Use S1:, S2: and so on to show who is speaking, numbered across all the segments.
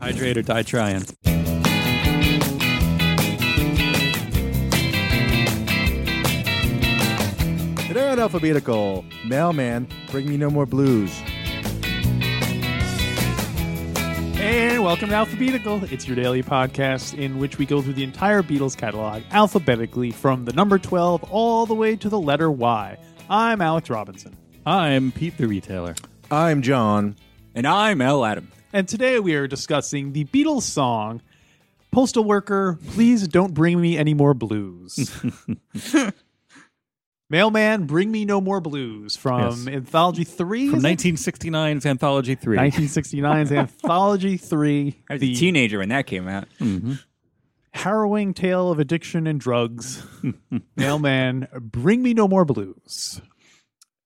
S1: Hydrate or die trying.
S2: Today on Alphabetical, Mailman, Bring Me No More Blues.
S3: And welcome to Alphabetical. It's your daily podcast in which we go through the entire Beatles catalog alphabetically from the number 12 all the way to the letter Y. I'm Alex Robinson.
S1: I'm Pete the Retailer.
S2: I'm John.
S1: And I'm L. Adam.
S3: And today we are discussing the Beatles song, Postal Worker, Please Don't Bring Me Any More Blues. Mailman, Bring Me No More Blues
S1: Yes.
S3: from Anthology 3.
S1: From
S3: is it?
S1: 1969's Anthology 3.
S3: 1969's Anthology 3.
S4: I was
S3: the
S4: a teenager when that came out.
S3: harrowing tale of addiction and drugs. Mailman, bring me no more blues.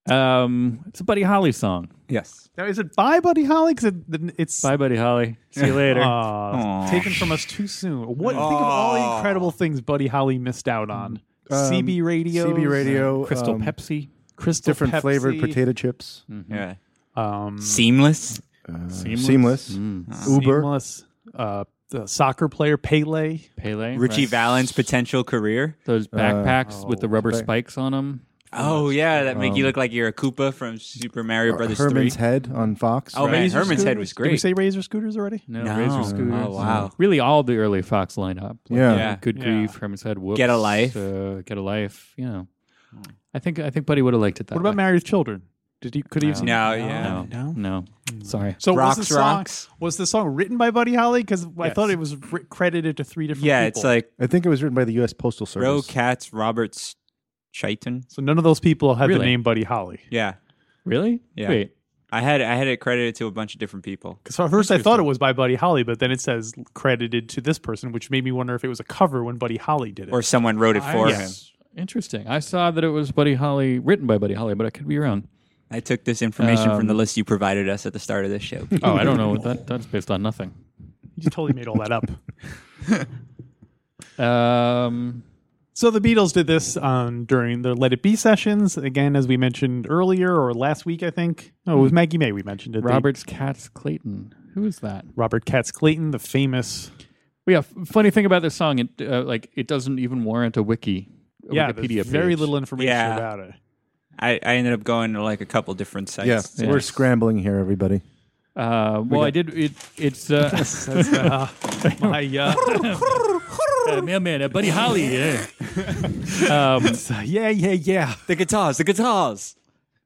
S1: Um, it's a Buddy Holly song.
S4: Yes.
S3: Now, is it by Buddy Holly? Because it, it's
S1: Bye, Buddy Holly. See you later.
S3: Aw,
S4: Aw.
S3: taken from us too soon. What think of all the incredible things Buddy Holly missed out on?
S2: Um,
S3: CB radio,
S2: CB Radio.
S1: uh, Crystal
S2: um,
S1: Pepsi.
S3: Crystal
S2: Different
S3: Pepsi,
S2: flavored potato chips.
S4: Mm-hmm.
S2: Uh,
S4: Yeah.
S3: um,
S4: Mm. Seamless.
S1: Seamless.
S2: Seamless.
S3: Mm.
S4: Mm.
S2: Uber.
S3: seamless, uh, the soccer player Pele.
S1: Pele.
S4: Richie
S1: right?
S4: Valens' potential career.
S1: Those backpacks with the
S3: oh,
S1: rubber
S2: right.
S1: spikes on them.
S4: Oh yeah, that make you look like you're a Koopa from Super Mario Brothers
S2: Herman's
S4: Three.
S2: Head on Fox.
S4: Oh, man,
S3: Razor
S4: Herman's head
S3: scooters?
S4: was
S3: Did we
S4: great.
S3: say Razor Scooters already?
S1: No,
S4: No.
S1: razor scooters.
S4: Oh, wow.
S1: Really, all the early Fox lineup. Like,
S2: Yeah.
S4: Yeah.
S1: Good
S3: Yeah.
S1: grief. Herman's head. Whoops.
S4: Get a Life.
S1: Uh, get a life. You know. I think I think Buddy would have liked it that
S3: What about
S1: way.
S3: Married Children? Did he could he have seen
S4: No,
S3: that?
S4: yeah.
S1: No. No. Sorry.
S3: So
S4: Rocks,
S3: was the song,
S4: rocks.
S3: Was the song written by Buddy Holly? Because I
S1: Yes.
S3: thought it was ri- credited to three different.
S4: Yeah,
S3: people.
S4: it's like
S2: I think it was written by the U.S. Postal Service.
S4: Bro Cats, Roberts, Chaitin.
S3: so none of those people had the
S1: Really?
S3: name Buddy Holly.
S4: Yeah,
S1: Really?
S4: Yeah.
S1: Wait.
S4: I had I had it credited to a bunch of different people.
S3: Because at first I thought it was by Buddy Holly, but then it says credited to this person, which made me wonder if it was a cover when Buddy Holly did it.
S4: Or someone wrote it for him.
S3: yes.
S1: Interesting. I saw that it was Buddy Holly, written by Buddy Holly, but I could be wrong.
S4: I took this information
S1: Um,
S4: from the list you provided us at the start of this show.
S1: Oh, I don't know. That that's based on nothing.
S3: you just totally made all that up.
S1: Um,
S3: So the Beatles did this um, during their Let It Be sessions. Again, as we mentioned earlier or last week, I think. No, it was Maggie May we mentioned it. The-
S1: Robert's Cats Clayton. Who is that?
S3: Robert Katz Clayton, the famous.
S1: Well, yeah. f- Funny thing about this song, it uh, like it doesn't even warrant a wiki. a
S3: yeah,
S1: Wikipedia.
S3: there's very
S1: page.
S3: little information
S4: Yeah.
S3: about it.
S4: I, I ended up going to like a couple different sites.
S2: Yeah,
S4: Yeah.
S2: we're scrambling here, everybody.
S1: Uh, well, I did. It, it's uh,
S3: That's uh, my uh,
S1: uh, mailman, uh, Buddy Holly. Yeah. um,
S3: yeah, yeah, yeah.
S4: The guitars, the guitars.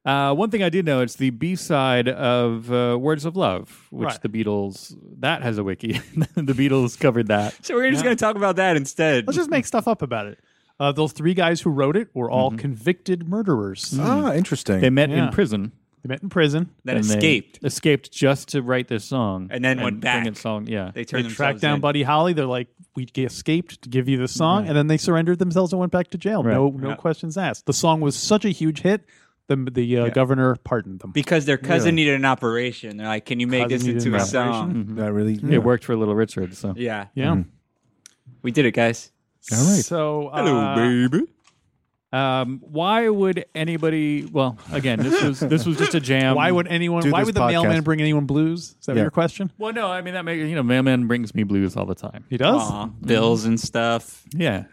S1: Uh, one thing I do know, it's the B side of uh, Words of Love, which
S3: Right.
S1: the Beatles, that has a wiki. the Beatles covered that.
S4: So we're just going to talk about that instead.
S3: Let's just make stuff up about it. Uh, those three guys who wrote it were all convicted murderers.
S2: Ah, interesting.
S1: They met
S3: Yeah.
S1: in prison.
S3: They met in prison.
S4: Then
S1: and they
S4: escaped.
S1: escaped just to write this song.
S4: And then went
S1: bring
S4: back.
S1: it song, yeah.
S4: They
S3: They
S4: turned
S3: tracked
S4: themselves
S3: down
S4: in.
S3: Buddy Holly. They're like, we g- escaped to give you this song, and then they surrendered themselves and went back to jail. No, no questions asked. The song was such a huge hit. The the uh, governor pardoned them.
S4: because their cousin needed an operation. They're like, "Can you make
S3: Cousin needed
S4: this into
S3: an
S4: a
S3: operation?
S4: song?"
S2: Mm-hmm. That really.
S1: It worked for Little Richard. So
S4: Yeah,
S3: yeah.
S4: we did it, guys.
S2: All right.
S3: So uh,
S4: baby.
S1: um, why would anybody? Well, again, this was this was just a jam.
S3: why would anyone?
S2: Do
S3: Why
S2: this
S3: would the
S2: podcast.
S3: mailman bring anyone blues? Is that
S2: Yeah.
S3: your question?
S1: Well, no, I mean that. May, you know, Mailman brings me blues all the time.
S3: He does.
S4: Aw, uh, bills and stuff.
S1: Yeah.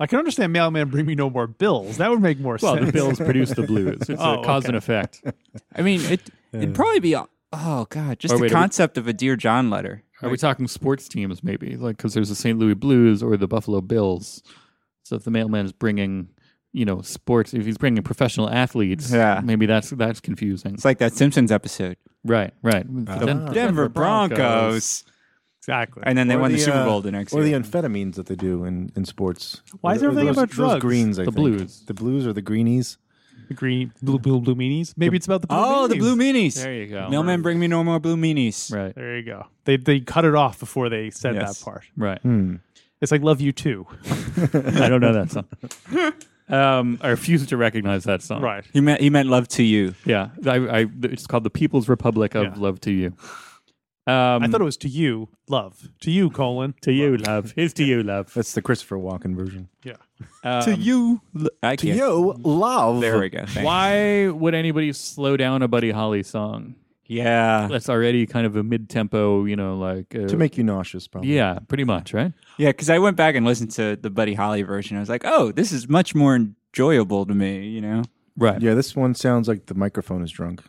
S3: I can understand mailman bring me no more bills. That would make more
S1: Well,
S3: sense.
S1: the Bills produce the blues. It's
S3: Oh,
S1: a cause
S3: okay.
S1: and effect.
S4: I mean, it, it'd probably be. Oh God, just
S1: Or
S4: the
S1: wait, are we-
S4: concept of a Dear John letter.
S1: Are we talking sports teams, maybe? Like, because there's the St. Louis Blues or the Buffalo Bills. So if the mailman's bringing, you know, sports, if he's bringing professional athletes,
S4: Yeah.
S1: maybe that's that's confusing.
S4: It's like that Simpsons episode,
S1: right, right. The Den-
S4: Ah, Denver Broncos,
S3: exactly.
S4: and then they
S2: Or
S4: won the, Super
S2: uh,
S4: Bowl the next
S2: Or
S4: year.
S2: the amphetamines that they do in, in sports.
S3: Why is
S2: Those-
S3: everything
S2: those-
S3: about
S2: Those
S3: drugs?
S2: greens, I
S1: The
S2: think.
S1: blues.
S2: The blues or the greenies.
S3: the green blue blue blue meanies. Maybe it's about the blue
S4: oh, the
S3: meanies.
S4: Blue Meanies.
S1: There you go.
S4: Mailman, bring me no more Blue Meanies.
S1: Right,
S3: There you go. They they cut it off before they said
S4: Yes.
S3: that part.
S1: right.
S3: It's like love you too.
S1: Hmm. I don't know that song. Um, I refuse to recognize that song.
S3: right.
S4: He meant he meant love to you.
S1: Yeah. I, I, it's called The People's Republic of
S3: Yeah.
S1: Love to You. Um,
S3: I thought it was to you, love. To you, colon.
S1: to you, love. Here's to you, love.
S2: That's the Christopher Walken version.
S3: Yeah.
S1: Um,
S4: you, I can't.
S2: Yo, love.
S4: There we go. Thanks.
S1: Why would anybody slow down a Buddy Holly song?
S4: Yeah.
S1: That's already kind of a mid-tempo, you know, like uh,
S2: to make you nauseous, probably.
S1: yeah, pretty much, right?
S4: Yeah, because I went back and listened to the Buddy Holly version. I was like, oh, this is much more enjoyable to me, you know?
S1: Right.
S2: Yeah, this one sounds like the microphone is drunk.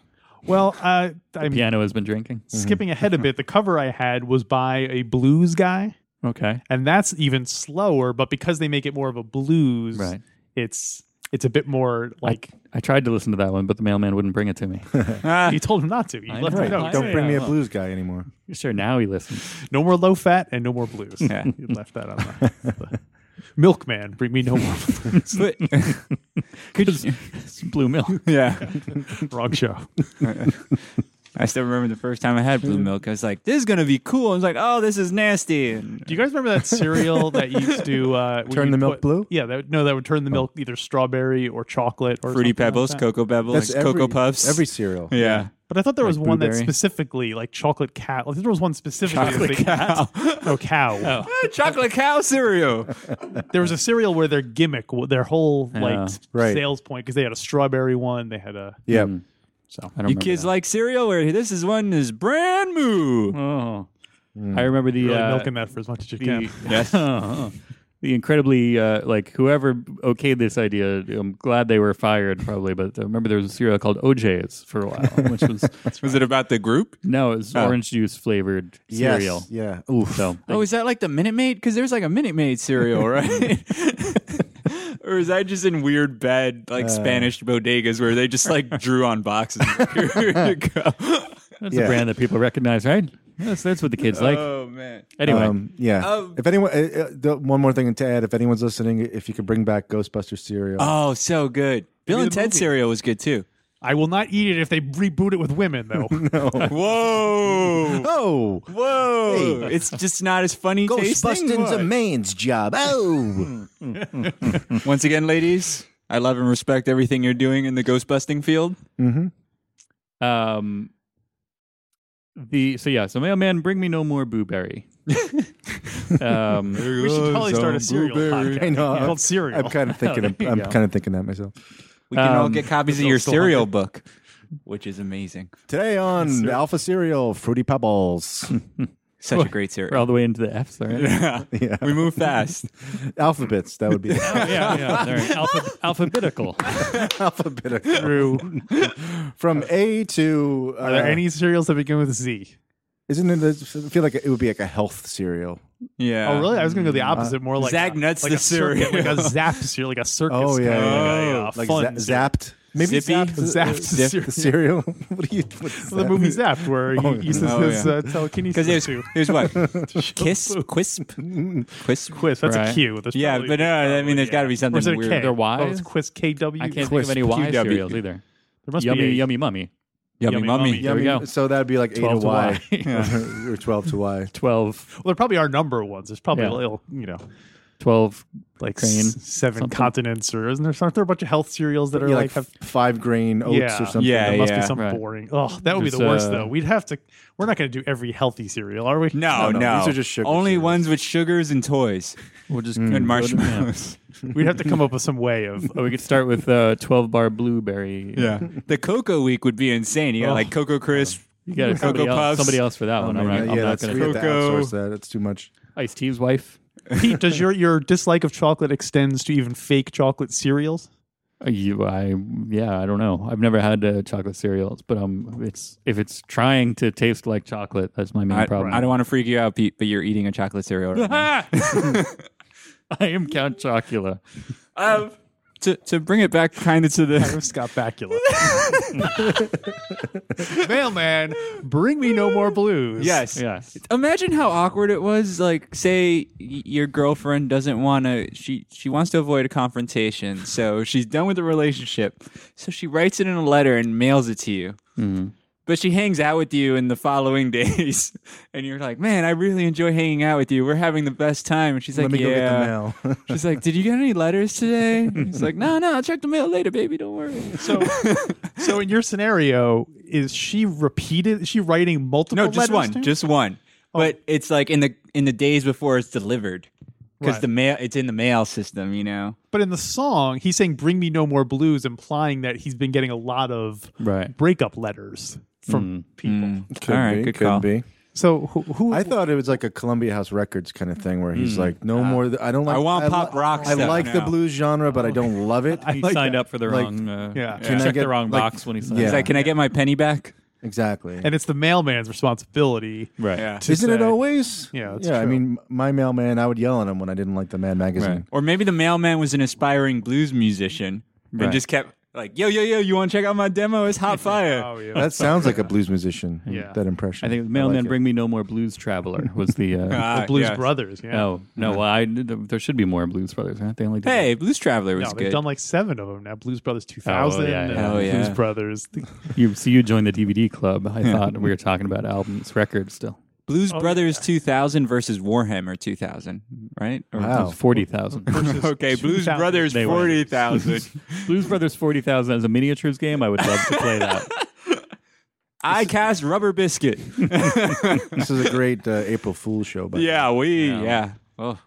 S3: Well, uh, I'm
S1: Piano has been drinking.
S3: skipping ahead a bit. The cover I had was by a blues guy,
S1: Okay.
S3: and that's even slower. But because they make it more of a blues,
S1: Right.
S3: it's it's a bit more like
S1: I tried to listen to that one, but the mailman wouldn't bring it to me.
S4: Ah,
S3: you told him not to. You
S1: I
S3: left
S1: know.
S3: him
S1: No,
S3: notes.
S2: Don't
S1: yeah,
S2: bring me a
S1: well.
S2: blues guy anymore.
S1: sure, now he listens.
S3: No more low fat and no more blues.
S4: Yeah.
S3: you left that on the Milkman, bring me no more blues.
S4: but- could you-
S1: It's blue milk.
S4: yeah.
S3: Wrong show.
S4: I still remember the first time I had blue milk. I was like, this is going to be cool. I was like, oh, this is nasty. And
S3: Do you guys remember that cereal that you used to uh, when
S2: Turn
S3: you
S2: the milk
S3: put-
S2: blue? Oh.
S3: Yeah, that, would- no, that would turn the milk either strawberry or chocolate or
S4: Fruity
S3: something like
S4: Pebbles,
S3: that.
S4: Cocoa Pebbles,
S2: every,
S4: Cocoa Puffs. Mm.
S2: Every cereal.
S4: yeah.
S3: But I thought there was one that
S1: blueberry?
S3: specifically like chocolate cow. I think there was one specifically
S4: Chocolate
S3: that they- no cow.
S4: Ah, Chocolate cow cereal.
S3: There was a cereal where their gimmick, w- their whole like
S1: Yeah.
S3: s-
S2: Right.
S3: sales point, because they had a strawberry one, they had a
S2: Yeah.
S4: Mm.
S1: I don't
S4: You
S1: remember
S4: kids
S1: that.
S4: like cereal? Or this is one is brand new.
S1: Oh.
S4: Hmm.
S1: I remember the
S3: really
S1: uh,
S3: milking that for as much as you
S1: the, uh,
S3: can.
S1: the incredibly uh, like whoever okayed this idea. I'm glad they were fired probably, but I remember there was a cereal called OJ's for a while, which was
S4: Was it about the group?
S1: no, it was
S4: Oh.
S1: orange juice flavored
S2: Yes.
S1: cereal.
S2: Yeah. Oof.
S1: So
S4: Oh, is that like the Minute Maid? Because there's like a Minute Maid cereal, right? or is I just in weird bad like Spanish bodegas where they just like drew on boxes? Here you go.
S1: that's
S2: Yeah.
S1: a brand that people recognize, right? Yes, that's what the kids like.
S4: oh man.
S1: Anyway,
S2: Um, yeah.
S4: Um,
S2: if anyone, uh, uh, the- one more thing to add. If anyone's listening, if you could bring back Ghostbuster cereal,
S4: Oh, so good. Bill and
S3: the
S4: Ted
S3: movie.
S4: cereal was good too.
S3: I will not eat it if they reboot it with women though.
S4: Whoa.
S2: oh,
S4: Whoa. It's just not as funny tasting.
S2: Ghostbusting's a man's job. Oh,
S4: Once again, ladies, I love and respect everything you're doing in the ghostbusting field.
S2: Mm-hmm.
S1: um, the so yeah, so mailman, bring me no more blueberry. um,
S3: we should probably start a cereal podcast
S2: I know.
S3: called cereal.
S2: I'm kind of thinking.
S1: there you
S2: I'm
S1: go.
S2: kind of thinking that myself.
S4: We can all
S1: Um,
S4: get copies of your
S3: still
S4: cereal book, which is amazing.
S2: Today on Alpha Cereal, Fruity Pebbles,
S4: Such a great
S1: we're all
S4: cereal.
S1: the way into the F's, all right?
S2: yeah,
S4: We move fast.
S2: alphabets. That would be
S3: Oh,
S1: yeah, yeah. They're alpha- alphabetical.
S2: alphabetical
S3: True.
S2: from A to. Uh,
S3: Are there any cereals that begin with Z?
S2: Isn't it? I feel like it would be like a health cereal.
S4: Yeah.
S3: Oh, really? I was going to go the opposite, more like
S4: Zag
S3: a-
S4: Nuts
S3: like
S4: the
S3: a circuit,
S4: cereal.
S3: like a zap cereal, like a circus.
S2: Oh, yeah,
S3: kind of,
S2: yeah,
S3: like a, uh,
S2: Like
S3: fun
S2: za- zapped. Maybe
S4: Zippy?
S2: zapped.
S3: Zapped
S2: Zip-
S3: cereal.
S2: the cereal. what do you? What is
S3: So the
S2: that?
S3: movie Zapped, where he
S2: Oh,
S3: uses
S4: yeah.
S3: his
S4: Oh, yeah.
S3: uh, telekinesis
S4: Because there's,
S3: to
S4: there's what? Kiss? Quisp? Quisp?
S3: quiz. That's a
S1: Right.
S3: Q. There's
S4: Yeah,
S3: probably-
S4: but no, I mean, there's
S3: yeah.
S4: got to be
S3: Or
S4: something
S3: is it a
S4: weird.
S3: K?
S1: They're Ys?
S3: Oh, it's quiz KW.
S1: I can't think
S3: There
S1: of any Y
S4: QW.
S1: cereals either.
S3: must
S1: yummy,
S3: be a-
S1: yummy, mummy.
S4: Yummy,
S3: Yummy
S4: mummy.
S3: Mummy.
S2: Yeah,
S1: There
S2: I
S1: we
S2: mean,
S1: go.
S2: So that'd be like A to
S1: 12 to
S2: Y,
S1: Y.
S2: or twelve to Y.
S1: 12,
S3: Well, there probably are number ones. There's probably
S1: Yeah.
S3: a little, you know,
S1: 12
S3: like
S1: Crane,
S3: s- seven
S1: something.
S3: continents, or isn't there? Aren't there a bunch of health cereals that are
S2: Yeah,
S3: like, have
S2: five grain oats
S3: Yeah.
S2: or something.
S4: Yeah,
S3: There must
S4: yeah.
S3: be some
S1: Right.
S3: boring. Oh, that would be
S1: There's,
S3: the worst
S1: uh,
S3: though. We'd have to. We're not going to do every healthy cereal, are we?
S2: No,
S4: No, no,
S2: no, these are just sugar
S4: Only
S2: cereals.
S4: ones with sugars and toys Mm.
S1: We'll just
S4: and
S1: go to- yeah.
S4: marshmallows.
S3: We'd have to come up with some way of.
S1: Oh, we could start with uh, 12 bar blueberry.
S4: the Cocoa Week would be insane. You got like Cocoa Crisp.
S1: You got somebody,
S4: Cocoa
S1: else,
S4: Puffs.
S1: somebody else for that one. I'm
S2: yeah,
S1: not, I'm
S2: yeah,
S1: not
S2: that's
S1: going
S2: we
S1: to.
S2: have to
S4: Cocoa.
S2: outsource that. It's too much.
S1: Ice T's wife?
S3: Pete, does your your dislike of chocolate extends to even fake chocolate cereals?
S1: Uh, You, I, yeah, I don't know. I've never had uh, chocolate cereals, but um, it's if it's trying to taste like chocolate, that's my main
S4: I,
S1: problem.
S4: I don't want to freak you out, Pete, but you're eating a chocolate cereal right now.
S1: I am Count Chocula.
S4: Um, to, to bring it back kind of to the
S3: I'm Scott Bakula. Mailman, bring me no more blues.
S4: yes
S1: Yes.
S4: imagine how awkward it was like say y- your girlfriend doesn't want to she she wants to avoid a confrontation so she's done with the relationship so she writes it in a letter and mails it to you
S2: Mm-hmm.
S4: but she hangs out with you in the following days and you're like man i really enjoy hanging out with you we're having the best time and she's
S2: Let
S4: like
S2: me
S4: yeah
S2: go get the mail.
S4: she's like did you get any letters today She's like no no i'll check the mail later baby don't worry
S3: So, so in your scenario, is she repeated? Is she writing multiple?
S4: No, just
S3: letters Oh.
S4: one,
S3: to you?
S4: just one. But it's like in the in the days before it's delivered, because
S3: Right.
S4: the mail it's in the mail system, you know.
S3: But in the song, he's saying "Bring me no more blues," implying that he's been getting a lot of
S1: Right.
S3: breakup letters. from people.
S4: All right, good call.
S2: be.
S3: So who, who
S2: I thought it was like a Columbia House Records kind of thing where he's like, no more. th- I don't like.
S4: I want
S2: li-
S4: pop rock
S2: I
S4: stuff
S2: like the
S4: now.
S2: blues genre, but I don't love it.
S1: He
S3: like
S1: signed
S3: that.
S1: up for the
S2: Like,
S1: wrong. Uh, yeah,
S3: yeah. Can
S1: checked
S2: I get-
S1: the wrong
S2: like-
S1: box when he signed
S2: Yeah.
S4: It's
S1: up.
S4: like, can I get my penny back?
S2: exactly.
S3: and it's the mailman's responsibility.
S1: Right.
S3: to
S2: Isn't it
S3: say-
S2: always?
S3: Yeah, that's
S2: yeah. I
S3: true.
S2: mean, my mailman, I would yell at him when I didn't like the Man magazine.
S4: Right. Or maybe the mailman was an aspiring blues musician and just kept like, yo, yo, yo, you want to check out my demo? It's hot fire.
S3: Oh yeah.
S2: That sounds like a blues musician.
S3: Yeah.
S2: That impression.
S1: I think the
S2: I
S1: mailman
S2: like it.
S1: bring me no more blues traveler was the. Uh,
S4: Ah,
S3: Blues
S4: yes.
S3: Brothers. Yeah.
S1: no, no. Well, I there should be more blues brothers. Aren't they only? did
S4: Hey, Blues Traveler
S3: No,
S4: was
S3: they've
S4: good.
S3: done like seven of them now. Blues Brothers 2000,
S1: Oh, yeah,
S3: and
S1: yeah.
S4: Oh,
S3: Blues
S4: yeah.
S3: Brothers. The-
S1: You see, you joined the DVD club. I thought we were talking about albums, records. Still,
S4: Blues Brothers 2000 versus Warhammer 2000, right? Or-
S1: It
S2: Wow.
S3: Oh.
S1: was forty thousand.
S4: okay, Blues
S3: 2000.
S4: Brothers
S1: They win.
S4: 40,000.
S1: Blues Brothers forty thousand as a miniatures game. I would love to play that.
S4: I cast Rubber Biscuit.
S2: this is a great uh, April Fool show. But
S4: yeah, we,
S1: Wow.
S4: yeah. Oh.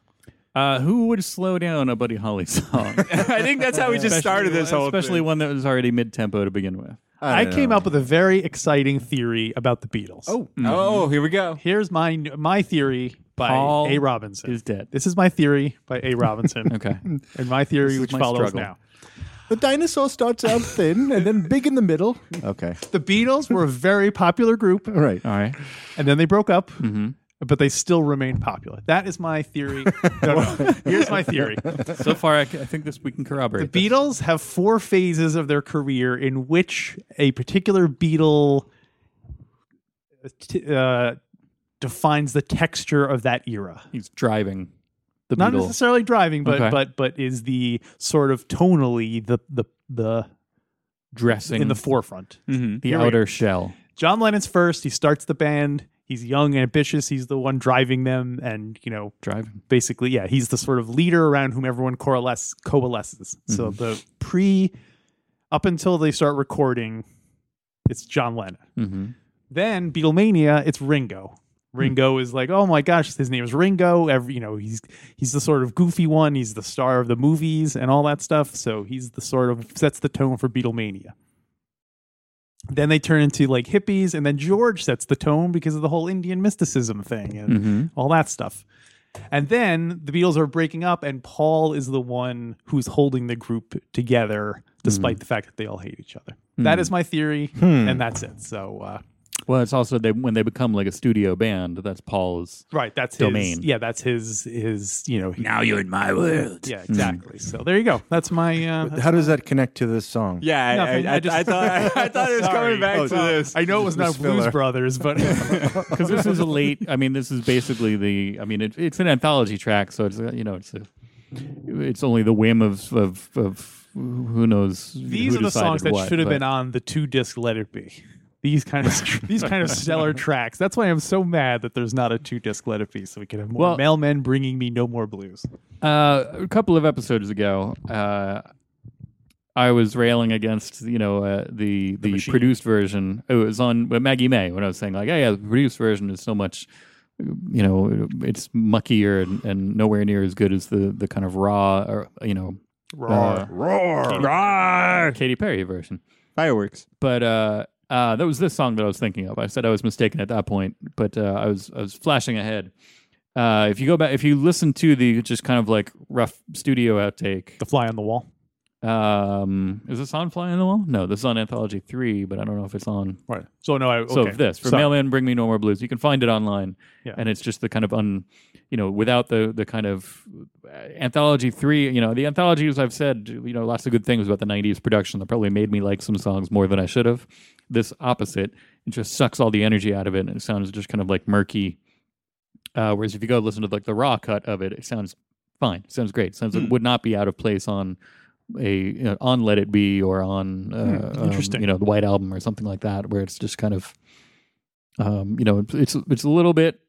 S1: Uh, who would slow down a Buddy Holly song?
S4: I think that's how we just started this whole
S1: especially
S4: thing.
S1: one that was already mid tempo to begin with.
S3: I,
S2: don't
S3: came
S2: know.
S3: up with a very exciting theory about the Beatles.
S2: Oh,
S4: Oh, here we go.
S3: here's my my theory by
S1: Paul
S3: A. Robinson.
S1: is dead.
S3: This is my theory by A. Robinson.
S1: Okay.
S3: And my theory,
S1: is
S3: which
S1: my
S3: follows
S1: struggle.
S3: now.
S2: the dinosaur starts out thin and then big in the middle. Okay.
S3: The Beatles were a very popular group,
S2: All right.
S1: All right.
S3: and then they broke up,
S1: Mm-hmm.
S3: but they still remained popular. That is my theory. no, no. Here's my theory.
S1: So far, I, c- I think this we can corroborate.
S3: The
S1: this.
S3: Beatles have four phases of their career in which a particular Beatle uh, defines the texture of that era.
S1: He's driving the
S3: Not
S1: Beatle.
S3: necessarily driving, but
S1: Okay.
S3: but but is the sort of tonally the the the
S1: dressing
S3: in the forefront.
S1: the
S3: Here we
S1: outer shell.
S3: John Lennon's first. He starts the band. He's young and ambitious. He's the one driving them, and you know
S1: Driving.
S3: basically, yeah, he's the sort of leader around whom everyone coalesce, coalesces. So the pre, up until they start recording, it's John Lennon.
S1: Mm-hmm.
S3: Then Beatlemania, it's Ringo. Ringo is like, oh my gosh, his name is Ringo. Every you know, he's he's the sort of goofy one. He's the star of the movies and all that stuff. So he's the sort of sets the tone for Beatlemania. Then they turn into like hippies, and then George sets the tone because of the whole Indian mysticism thing and all that stuff. And then the Beatles are breaking up, and Paul is the one who's holding the group together, despite
S4: Hmm.
S3: the fact that they all hate each other. That is my theory, and that's it. So, uh,
S1: Well, it's also they, when they become like a studio band. That's Paul's.
S3: right, that's
S1: Domain.
S3: His, yeah, that's his his. You know, he-
S4: Now you're in my world.
S3: yeah, exactly. So there you go. That's my. Uh, that's
S2: How does that connect to this song?
S4: Yeah, I-
S3: Nothing,
S4: I, I,
S3: I just-
S4: I thought I, thought it was coming
S3: Sorry.
S4: back
S3: Oh,
S4: to
S3: well,
S4: this.
S3: I know it was not Blues
S2: filler.
S3: Brothers, but
S1: Because this is a late. I mean, this is basically the. I mean, it, it's an anthology track, so it's uh, you know, it's a, it's only the whim of of, of who knows.
S3: these
S1: who
S3: are the
S1: decided
S3: songs that
S1: what,
S3: should have
S1: but-
S3: been on the two disc Let It Be. These kind of these kind of stellar tracks. That's why I'm so mad that there's not a two disc Let It Be, so we could have
S1: Well-
S3: more mailmen bringing me no more blues.
S1: Uh, a couple of episodes ago, uh, I was railing against you know uh, the the,
S3: machine.
S1: produced version. It was on with Maggie May when I was saying like, hey, yeah, the produced version is so much, you know, it's muckier and, and nowhere near as good as the the kind of raw or you know
S3: Raw.
S2: Roar.
S1: uh, Katy Perry version.
S4: Fireworks.
S1: But uh, uh, that was this song that I was thinking of. I said I was mistaken at that point, but uh, I was I was flashing ahead. Uh, if you go back, if you listen to the just kind of like rough studio outtake,
S3: the fly on the wall.
S1: Um, is this on Fly on the Wall? No, this is on Anthology Three, but I don't know if it's on.
S3: Right. So no, I okay.
S1: So this for
S3: Sorry.
S1: Mailman, Bring Me No More Blues. You can find it online,
S3: Yeah.
S1: and it's just the kind of un, you know, without the the kind of uh, Anthology Three. You know, the anthologies I've said, you know, lots of good things about the '90s production that probably made me like some songs more than I should have. This opposite, it just sucks all the energy out of it, and it sounds just kind of like murky. Uh, whereas if you go listen to like the raw cut of it, it sounds fine. It sounds great. It sounds
S4: Hmm.
S1: it would not be out of place on a you know, on Let It Be or on uh,
S4: Hmm,
S1: um,
S3: interesting.
S1: you know the White Album or something like that, where it's just kind of um, you know it's it's a little bit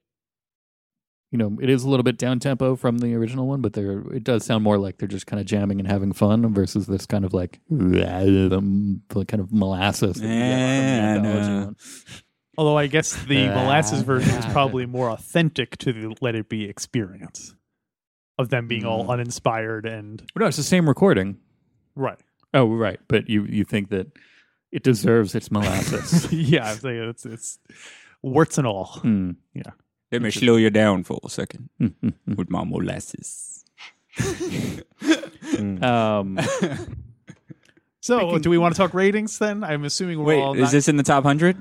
S1: you know it is a little bit down tempo from the original one, but they're it does sound more like they're just kind of jamming and having fun versus this kind of like um, the kind of molasses. that you get from the
S4: Yeah, I
S1: anthology
S4: know.
S1: one.
S3: Although I guess the
S1: Ah.
S3: molasses version is probably more authentic to the Let It Be experience of them being all uninspired and
S1: But no, it's the same recording.
S3: right.
S1: Oh, right. But you you think that It deserves its molasses.
S3: yeah, it's, like, it's, it's warts and all.
S1: Hmm.
S4: Let me slow you down for a second with my molasses.
S2: Hmm.
S1: Um,
S3: So, do we want to talk ratings then? I'm assuming we're
S4: Wait,
S3: all
S4: is
S3: not-
S4: this in the top 100?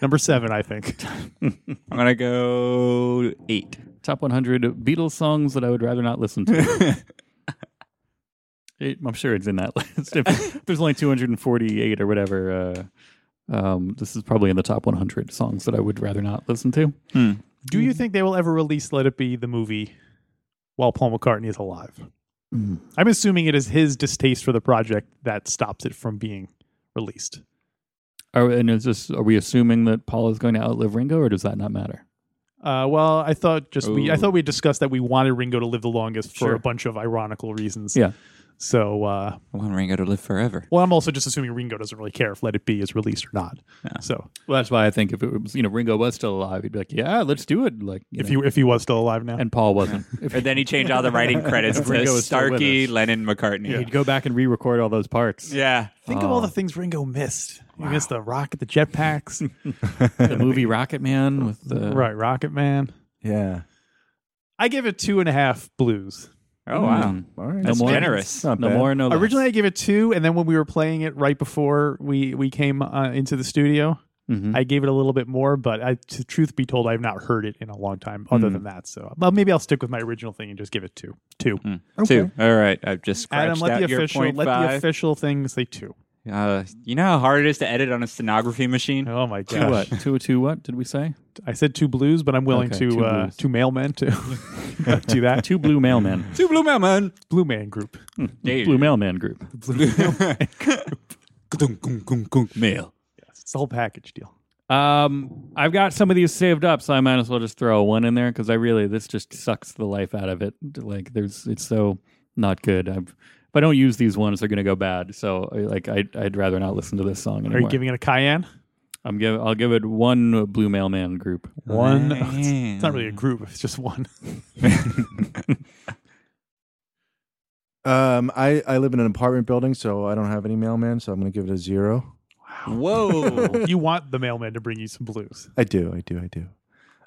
S3: number seven, I think.
S4: I'm going to go eight.
S1: top 100 Beatles songs that I would rather not listen to. It- I'm sure it's in that list. If there's only 248 or whatever, uh, um, this is probably in the top 100 songs that I would rather not listen to.
S3: Do
S1: Mm-hmm.
S3: you think they will ever release Let It Be the movie while Paul McCartney is alive?
S1: Mm-hmm.
S3: I'm assuming it is his distaste for the project that stops it from being released.
S1: Are, and is this, are we assuming that Paul is going to outlive Ringo, or does that not matter?
S3: Uh, well, I thought just we I
S4: Ooh.
S3: thought we discussed that we wanted Ringo to live the longest for
S1: Sure.
S3: a bunch of ironical reasons.
S1: Yeah.
S3: So, uh,
S4: I want Ringo to live forever.
S3: well, I'm also just assuming Ringo doesn't really care if Let It Be is released or not. So,
S1: Well, that's why I think if it was, you know, Ringo was still alive, he'd be like, yeah, let's do it. Like,
S3: if you if he was still alive now,
S1: and Paul wasn't, if
S4: And then he changed all the writing credits to
S1: Ringo is still with
S4: Starkey,
S1: us.
S4: Lennon, McCartney.
S1: he'd go back and re-record all those parts.
S4: Yeah.
S3: think of all the things Ringo missed. He missed the rocket, the jetpacks,
S1: The movie Rocket Man with the
S3: right? Rocket Man.
S2: Yeah.
S3: I give it two and a half blues.
S4: Oh, wow.
S1: Mm.
S2: All right.
S1: No more.
S4: generous.
S2: Not
S1: No
S2: bad.
S1: more, no less.
S3: Originally, I gave it two, and then when we were playing it right before we we came uh, into the studio,
S1: Mhm.
S3: I gave it a little bit more. But I, to truth be told, I have not heard it in a long time.
S1: Mm.
S3: Other than that, so well, maybe I'll stick with my original thing and just give it two. Two.
S1: Mm.
S4: Two. All right. I've just scratched
S3: Adam, let
S4: out
S3: the
S4: your
S3: official
S4: point
S3: let the
S4: five.
S3: official thing say two.
S4: uh, you know how hard it is to edit on a stenography machine?
S3: Oh my
S1: Two
S3: gosh!
S1: what? Two or two what did we say?
S3: I said two blues, but I'm willing
S1: Okay,
S3: to
S1: two
S3: uh,
S1: blues.
S3: two mailmen to do that.
S1: Two blue mailmen.
S4: Two blue mailmen.
S3: Blue man group.
S4: Dude.
S1: Blue mailman group.
S4: Kunk, kunk, kunk, kunk, Mail.
S3: It's the whole package deal.
S1: Um, I've got some of these saved up, so I might as well just throw one in there because I really this just sucks the life out of it. Like there's it's so not good. I've, if I don't use these ones, they're gonna go bad. So I- like I I'd rather not listen to this song
S3: Are
S1: anymore.
S3: you giving it a Cayenne?
S1: I'm give I'll give it one blue mailman group.
S3: One.
S4: Man.
S3: it's, it's not
S1: Mm.
S3: really a group. It's just one.
S2: Um, I, I live in an apartment building, so I don't have any mailman, so I'm going to give it a zero.
S4: Whoa.
S3: you want the mailman to bring you some blues.
S2: I do. I do. I do.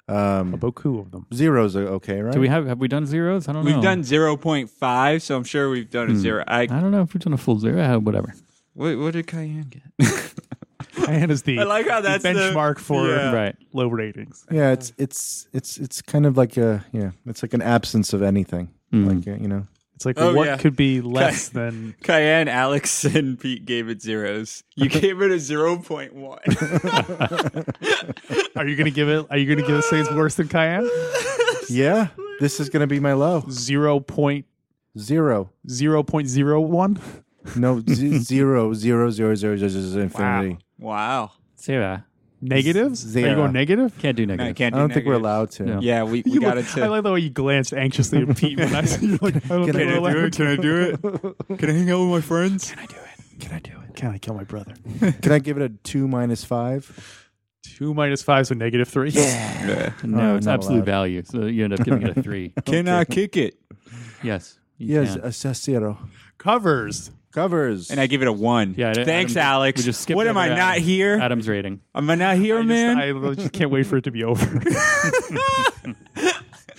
S2: Um,
S3: Boku of them.
S2: zeros are okay, right?
S1: Do we have have we done zeros? I don't know.
S4: We've done 0.5, so I'm sure we've done
S3: Hmm.
S4: a zero. I,
S1: I don't know if we've done a full zero. Uh, Whatever.
S4: what, what did Cayenne get?
S3: Cayenne is the,
S4: I like how
S3: the
S4: that's the-
S3: benchmark for
S4: yeah.
S1: Right.
S3: low ratings.
S2: Yeah, it's it's it's it's kind of like a yeah, it's like an absence of anything.
S1: Mm.
S2: Like uh, you know,
S3: It's like
S4: Oh,
S3: what
S4: yeah.
S3: could be less than
S4: Cayenne, Alex, and Pete gave it zeros. You gave it a 0.1.
S3: Are you gonna give it are you gonna give it say it's worse than Cayenne?
S2: yeah, this is gonna be my low
S3: Zero point
S2: zero.
S3: zero point zero one?
S2: No, z- zero, zero, zero, zero, zero, zero, zero, infinity.
S4: wow.
S1: Zero.
S3: Negatives? Are you
S2: Zero.
S3: going negative?
S1: Can't do
S4: No, I
S1: negative.
S4: can't
S2: I don't
S4: do
S2: think we're
S4: negatives.
S2: allowed to.
S1: No.
S4: Yeah, we, we got it
S3: I
S4: to.
S3: like the way you glanced anxiously at Pete when I said you're like, I don't
S2: Can
S3: think
S2: I
S3: we're allowed to-
S4: Can I do it? Can I hang out with my friends?
S3: Can I do it? Can I kill my brother?
S2: Can I give it a two minus five?
S3: Two minus five, so negative three. Yeah.
S4: Yeah.
S1: No,
S2: Oh,
S1: it's
S2: not
S1: absolute
S2: allowed.
S1: value. So you end up giving it a three.
S4: Can I kick it?
S1: yes. you
S2: Yes,
S1: can.
S2: a sa- zero.
S3: Covers.
S2: Covers.
S4: And I give it a one.
S1: Yeah, I did-
S4: Thanks,
S1: Adam,
S4: Alex.
S1: we just skipped
S4: what am
S1: over
S4: I
S1: Adam.
S4: not here?
S1: Adam's rating.
S4: Am I not here,
S3: I just-
S4: man?
S3: I just can't wait for it to be over.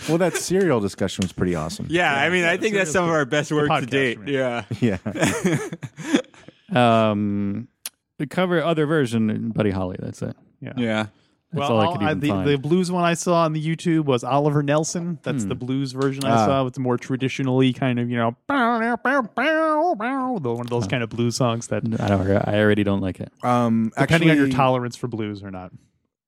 S2: well, that cereal discussion was pretty awesome.
S4: yeah, I mean, I think that's some of our best work to
S3: podcast
S4: date.
S3: for me.
S4: Yeah.
S2: Yeah.
S1: Um, the cover other version, Buddy Holly. That's it.
S4: Yeah.
S1: That's all I could
S3: all-
S1: even
S3: the,
S1: find.
S3: the blues one I saw on the YouTube was Oliver Nelson. That's the blues version I
S2: Ah.
S3: saw with the more traditionally kind of you know bow, bow, bow, bow, the- one of those kind of blues songs that
S1: I don't. I already don't like it.
S2: Um,
S3: depending on your
S2: actually,
S3: tolerance for blues or not.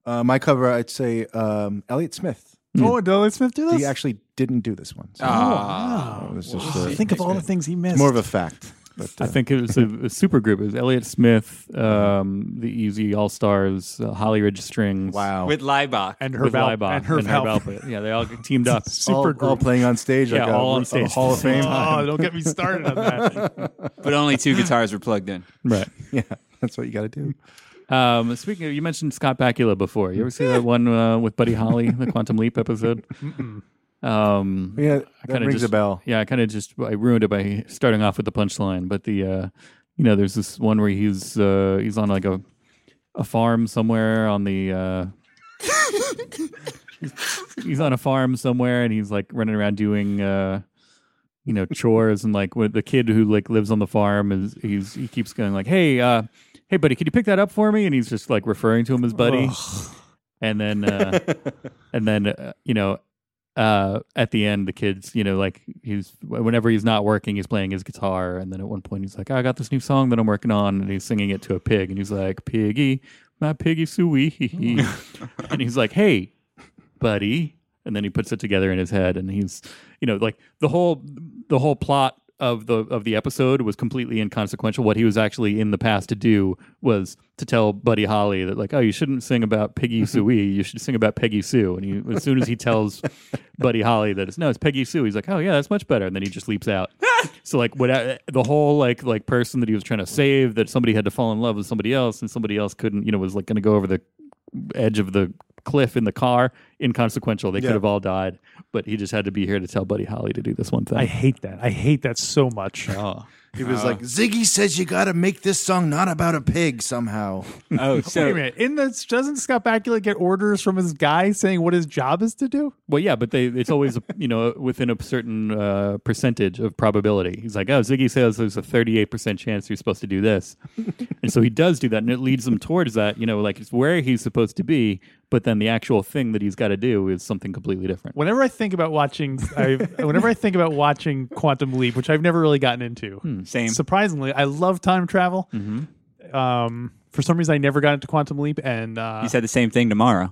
S2: uh, my cover, I'd say um, Elliot Smith.
S3: Oh, did Elliot Smith do
S2: He actually didn't do this one.
S4: Oh,
S2: So
S4: Ah.
S2: it was just uh,
S3: Think of all the things he missed.
S2: more of a fact. But,
S3: uh,
S1: I think it was a, a super group. It was Elliott Smith,
S3: Uh-huh.
S1: um, the Easy All Stars, uh, Holly Ridge Strings.
S2: wow.
S4: With Leibach.
S3: and her
S1: With
S3: Val-
S1: Leibach
S3: and her Val-
S1: Valpert. Yeah, they all teamed up.
S2: all,
S3: super
S2: all
S3: group.
S2: playing on stage.
S1: Yeah,
S2: like a-
S1: all on
S2: a
S1: stage.
S2: Hall of Fame.
S3: Oh, don't get me started on that.
S4: but only two guitars were plugged in.
S1: right.
S2: yeah, that's what you got to do.
S1: Um, speaking of, you mentioned Scott Bakula before. You ever see that one uh, with Buddy Holly, the Quantum Leap episode? Um,
S2: Yeah, that
S1: kinda
S2: rings
S1: just-
S2: a bell.
S1: Yeah, I kind of just I ruined it by starting off with the punchline, but the uh, you know, there's this one where he's uh, he's on like a a farm somewhere on the. Uh, he's on a farm somewhere, and he's like running around doing. Uh, you know chores and like with the kid who like lives on the farm is he's he keeps going like hey uh hey buddy can you pick that up for me and he's just like referring to him as buddy and then uh and then uh, you know uh at the end the kids you know like he's whenever he's not working he's playing his guitar and then at one point he's like i got this new song that i'm working on and he's singing it to a pig and he's like piggy my piggy sweet and he's like hey buddy and then he puts it together in his head and he's you know like the whole the whole plot of the of the episode was completely inconsequential what he was actually in the past to do was to tell buddy holly that like oh you shouldn't sing about piggy suey you should sing about peggy sue and he, as soon as he tells buddy holly that it's no it's peggy sue he's like oh yeah that's much better and then he just leaps out so like what the whole like like person that he was trying to save that somebody had to fall in love with somebody else and somebody else couldn't you know was like going to go over the edge of the cliff in the car inconsequential they
S2: Yeah.
S1: could have all died but he just had to be here to tell buddy holly to do this one thing
S3: I hate that. I hate that so much.
S4: Oh,
S2: He was like, Ziggy says you got to make this song not about a pig somehow.
S4: oh,
S3: Wait a
S4: so
S3: minute. In the doesn't Scott Bakula get orders from his guy saying what his job is to do?
S1: well yeah but they it's always you know within a certain uh, percentage of probability he's like oh ziggy says there's a 38% chance you're supposed to do this and so he does do that and it leads him towards that you know like it's where he's supposed to be but then the actual thing that he's got to do is something completely different
S3: Whenever I think about watching, I, whenever I think about watching Quantum Leap, which I've never really gotten into,
S1: Hmm,
S4: same.
S3: surprisingly, I love time travel.
S1: Mm-hmm.
S3: Um, for some reason, I never got into Quantum Leap, and uh,
S4: you said the same thing tomorrow.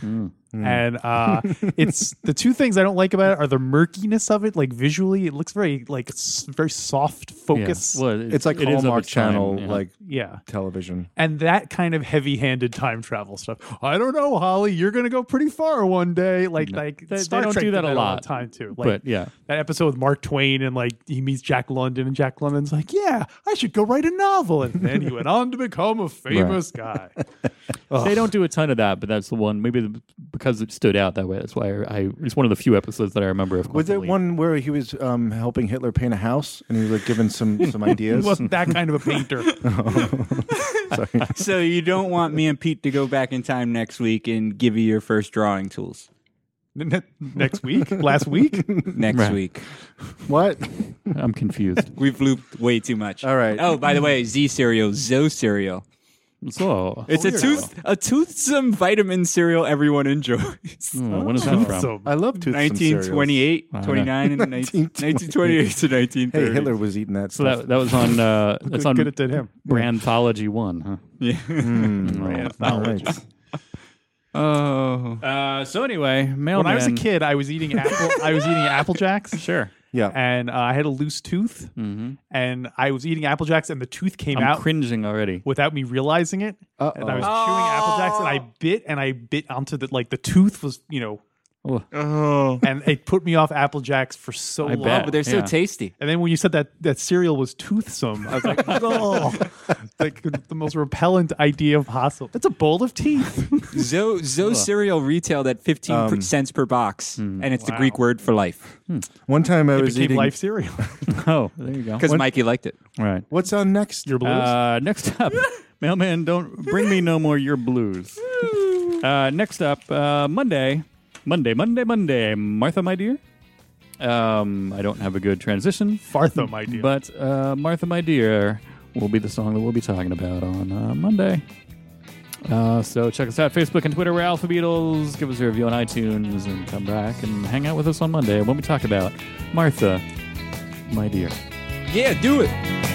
S1: Hmm.
S3: and uh, it's the two things I don't like about it are the murkiness of it. Like visually, it looks very like s- very soft
S1: Yeah.
S3: focus. Yeah,
S1: Well, it-
S2: It's like
S1: it is of
S2: Hallmark
S1: its time,
S2: Channel,
S1: yeah.
S2: like television.
S3: and that kind of heavy-handed time travel stuff. I don't know, Holly. You're gonna go pretty far one day. Like like
S1: They- they
S3: Star
S1: don't
S3: Trek
S1: do
S3: did
S1: that a
S3: all
S1: lot,
S3: the time too. Like
S1: but yeah
S3: that episode with Mark Twain and like he meets Jack London and Jack London's like, yeah, I should go write a novel, and then he went on to become a famous guy.
S1: They don't do a ton of that, but that's the one. Maybe the, because it stood out that way. That's why I, I. It's one of the few episodes that I remember. Of
S2: Was there
S1: Quantum Leap.
S2: one where he was um, helping Hitler paint a house and he was given some, some ideas?
S3: He wasn't that kind of a painter.
S4: So you don't want me and Pete to go back in time next week and give you your first drawing tools
S3: Ne- Next week, last week,
S4: next
S1: Right.
S4: week.
S2: What?
S1: I'm confused.
S4: We've looped way too much.
S2: All right.
S4: Oh, by the way, Z cereal, Zo cereal.
S1: so
S4: It's a
S2: Weirdo.
S4: tooth a toothsome vitamin cereal everyone enjoys.
S1: hmm, when is that from?
S3: so
S2: I love toothsome cereals.
S4: 1928,
S1: Wow.
S4: 29, and 19, 1928 to
S2: Hey,
S4: 1930.
S2: Hitler was eating that
S1: So
S2: stuff.
S1: that that was on. Uh, that's on
S3: good it did him.
S1: Branthology One. Huh?
S4: Yeah.
S3: Mm,
S2: All right.
S4: Oh.
S1: Uh, so anyway, mailman.
S3: When I was a kid, I was eating apple. I was eating apple jacks.
S1: sure. Mm-hmm.
S2: Yeah.
S3: And uh, I had a loose tooth, and I was eating apple jacks, and the tooth came
S1: I'm
S3: out
S1: cringing already.
S3: without me realizing it. And I was
S2: Uh-oh.
S3: chewing apple jacks, and I bit, and I bit onto the like the tooth was, you know,
S4: Oh.
S3: and it put me off apple jacks for so
S1: I
S3: long.
S1: bet.
S4: But they're so
S1: Yeah.
S4: tasty.
S3: And then when you said that that cereal was toothsome, I was like, oh, like the most repellent idea possible. It's a bowl of teeth.
S4: Zo Zo cereal retailed at 15
S2: Um,
S4: per- cents per box,
S2: hmm.
S4: and it's the Greek word for life
S2: One time I
S3: It
S2: was
S3: became
S2: eating.
S3: life cereal.
S1: Oh, there you go.
S4: because Mikey liked it.
S1: Right.
S2: What's on next?
S3: Your blues.
S1: Uh, next up, mailman, don't bring me no more your blues. Uh, next up, uh, Monday, Monday, Monday, Monday. Martha, my dear. Um, I don't have a good transition,
S3: Fartham idea.
S1: but uh, Martha, my dear, will be the song that we'll be talking about on uh, Monday. Uh, so check us out Facebook and Twitter. We're Alpha Beatles. Give us a review on iTunes and come back and hang out with us on Monday when we talk about Martha, my dear.
S4: Yeah, do it.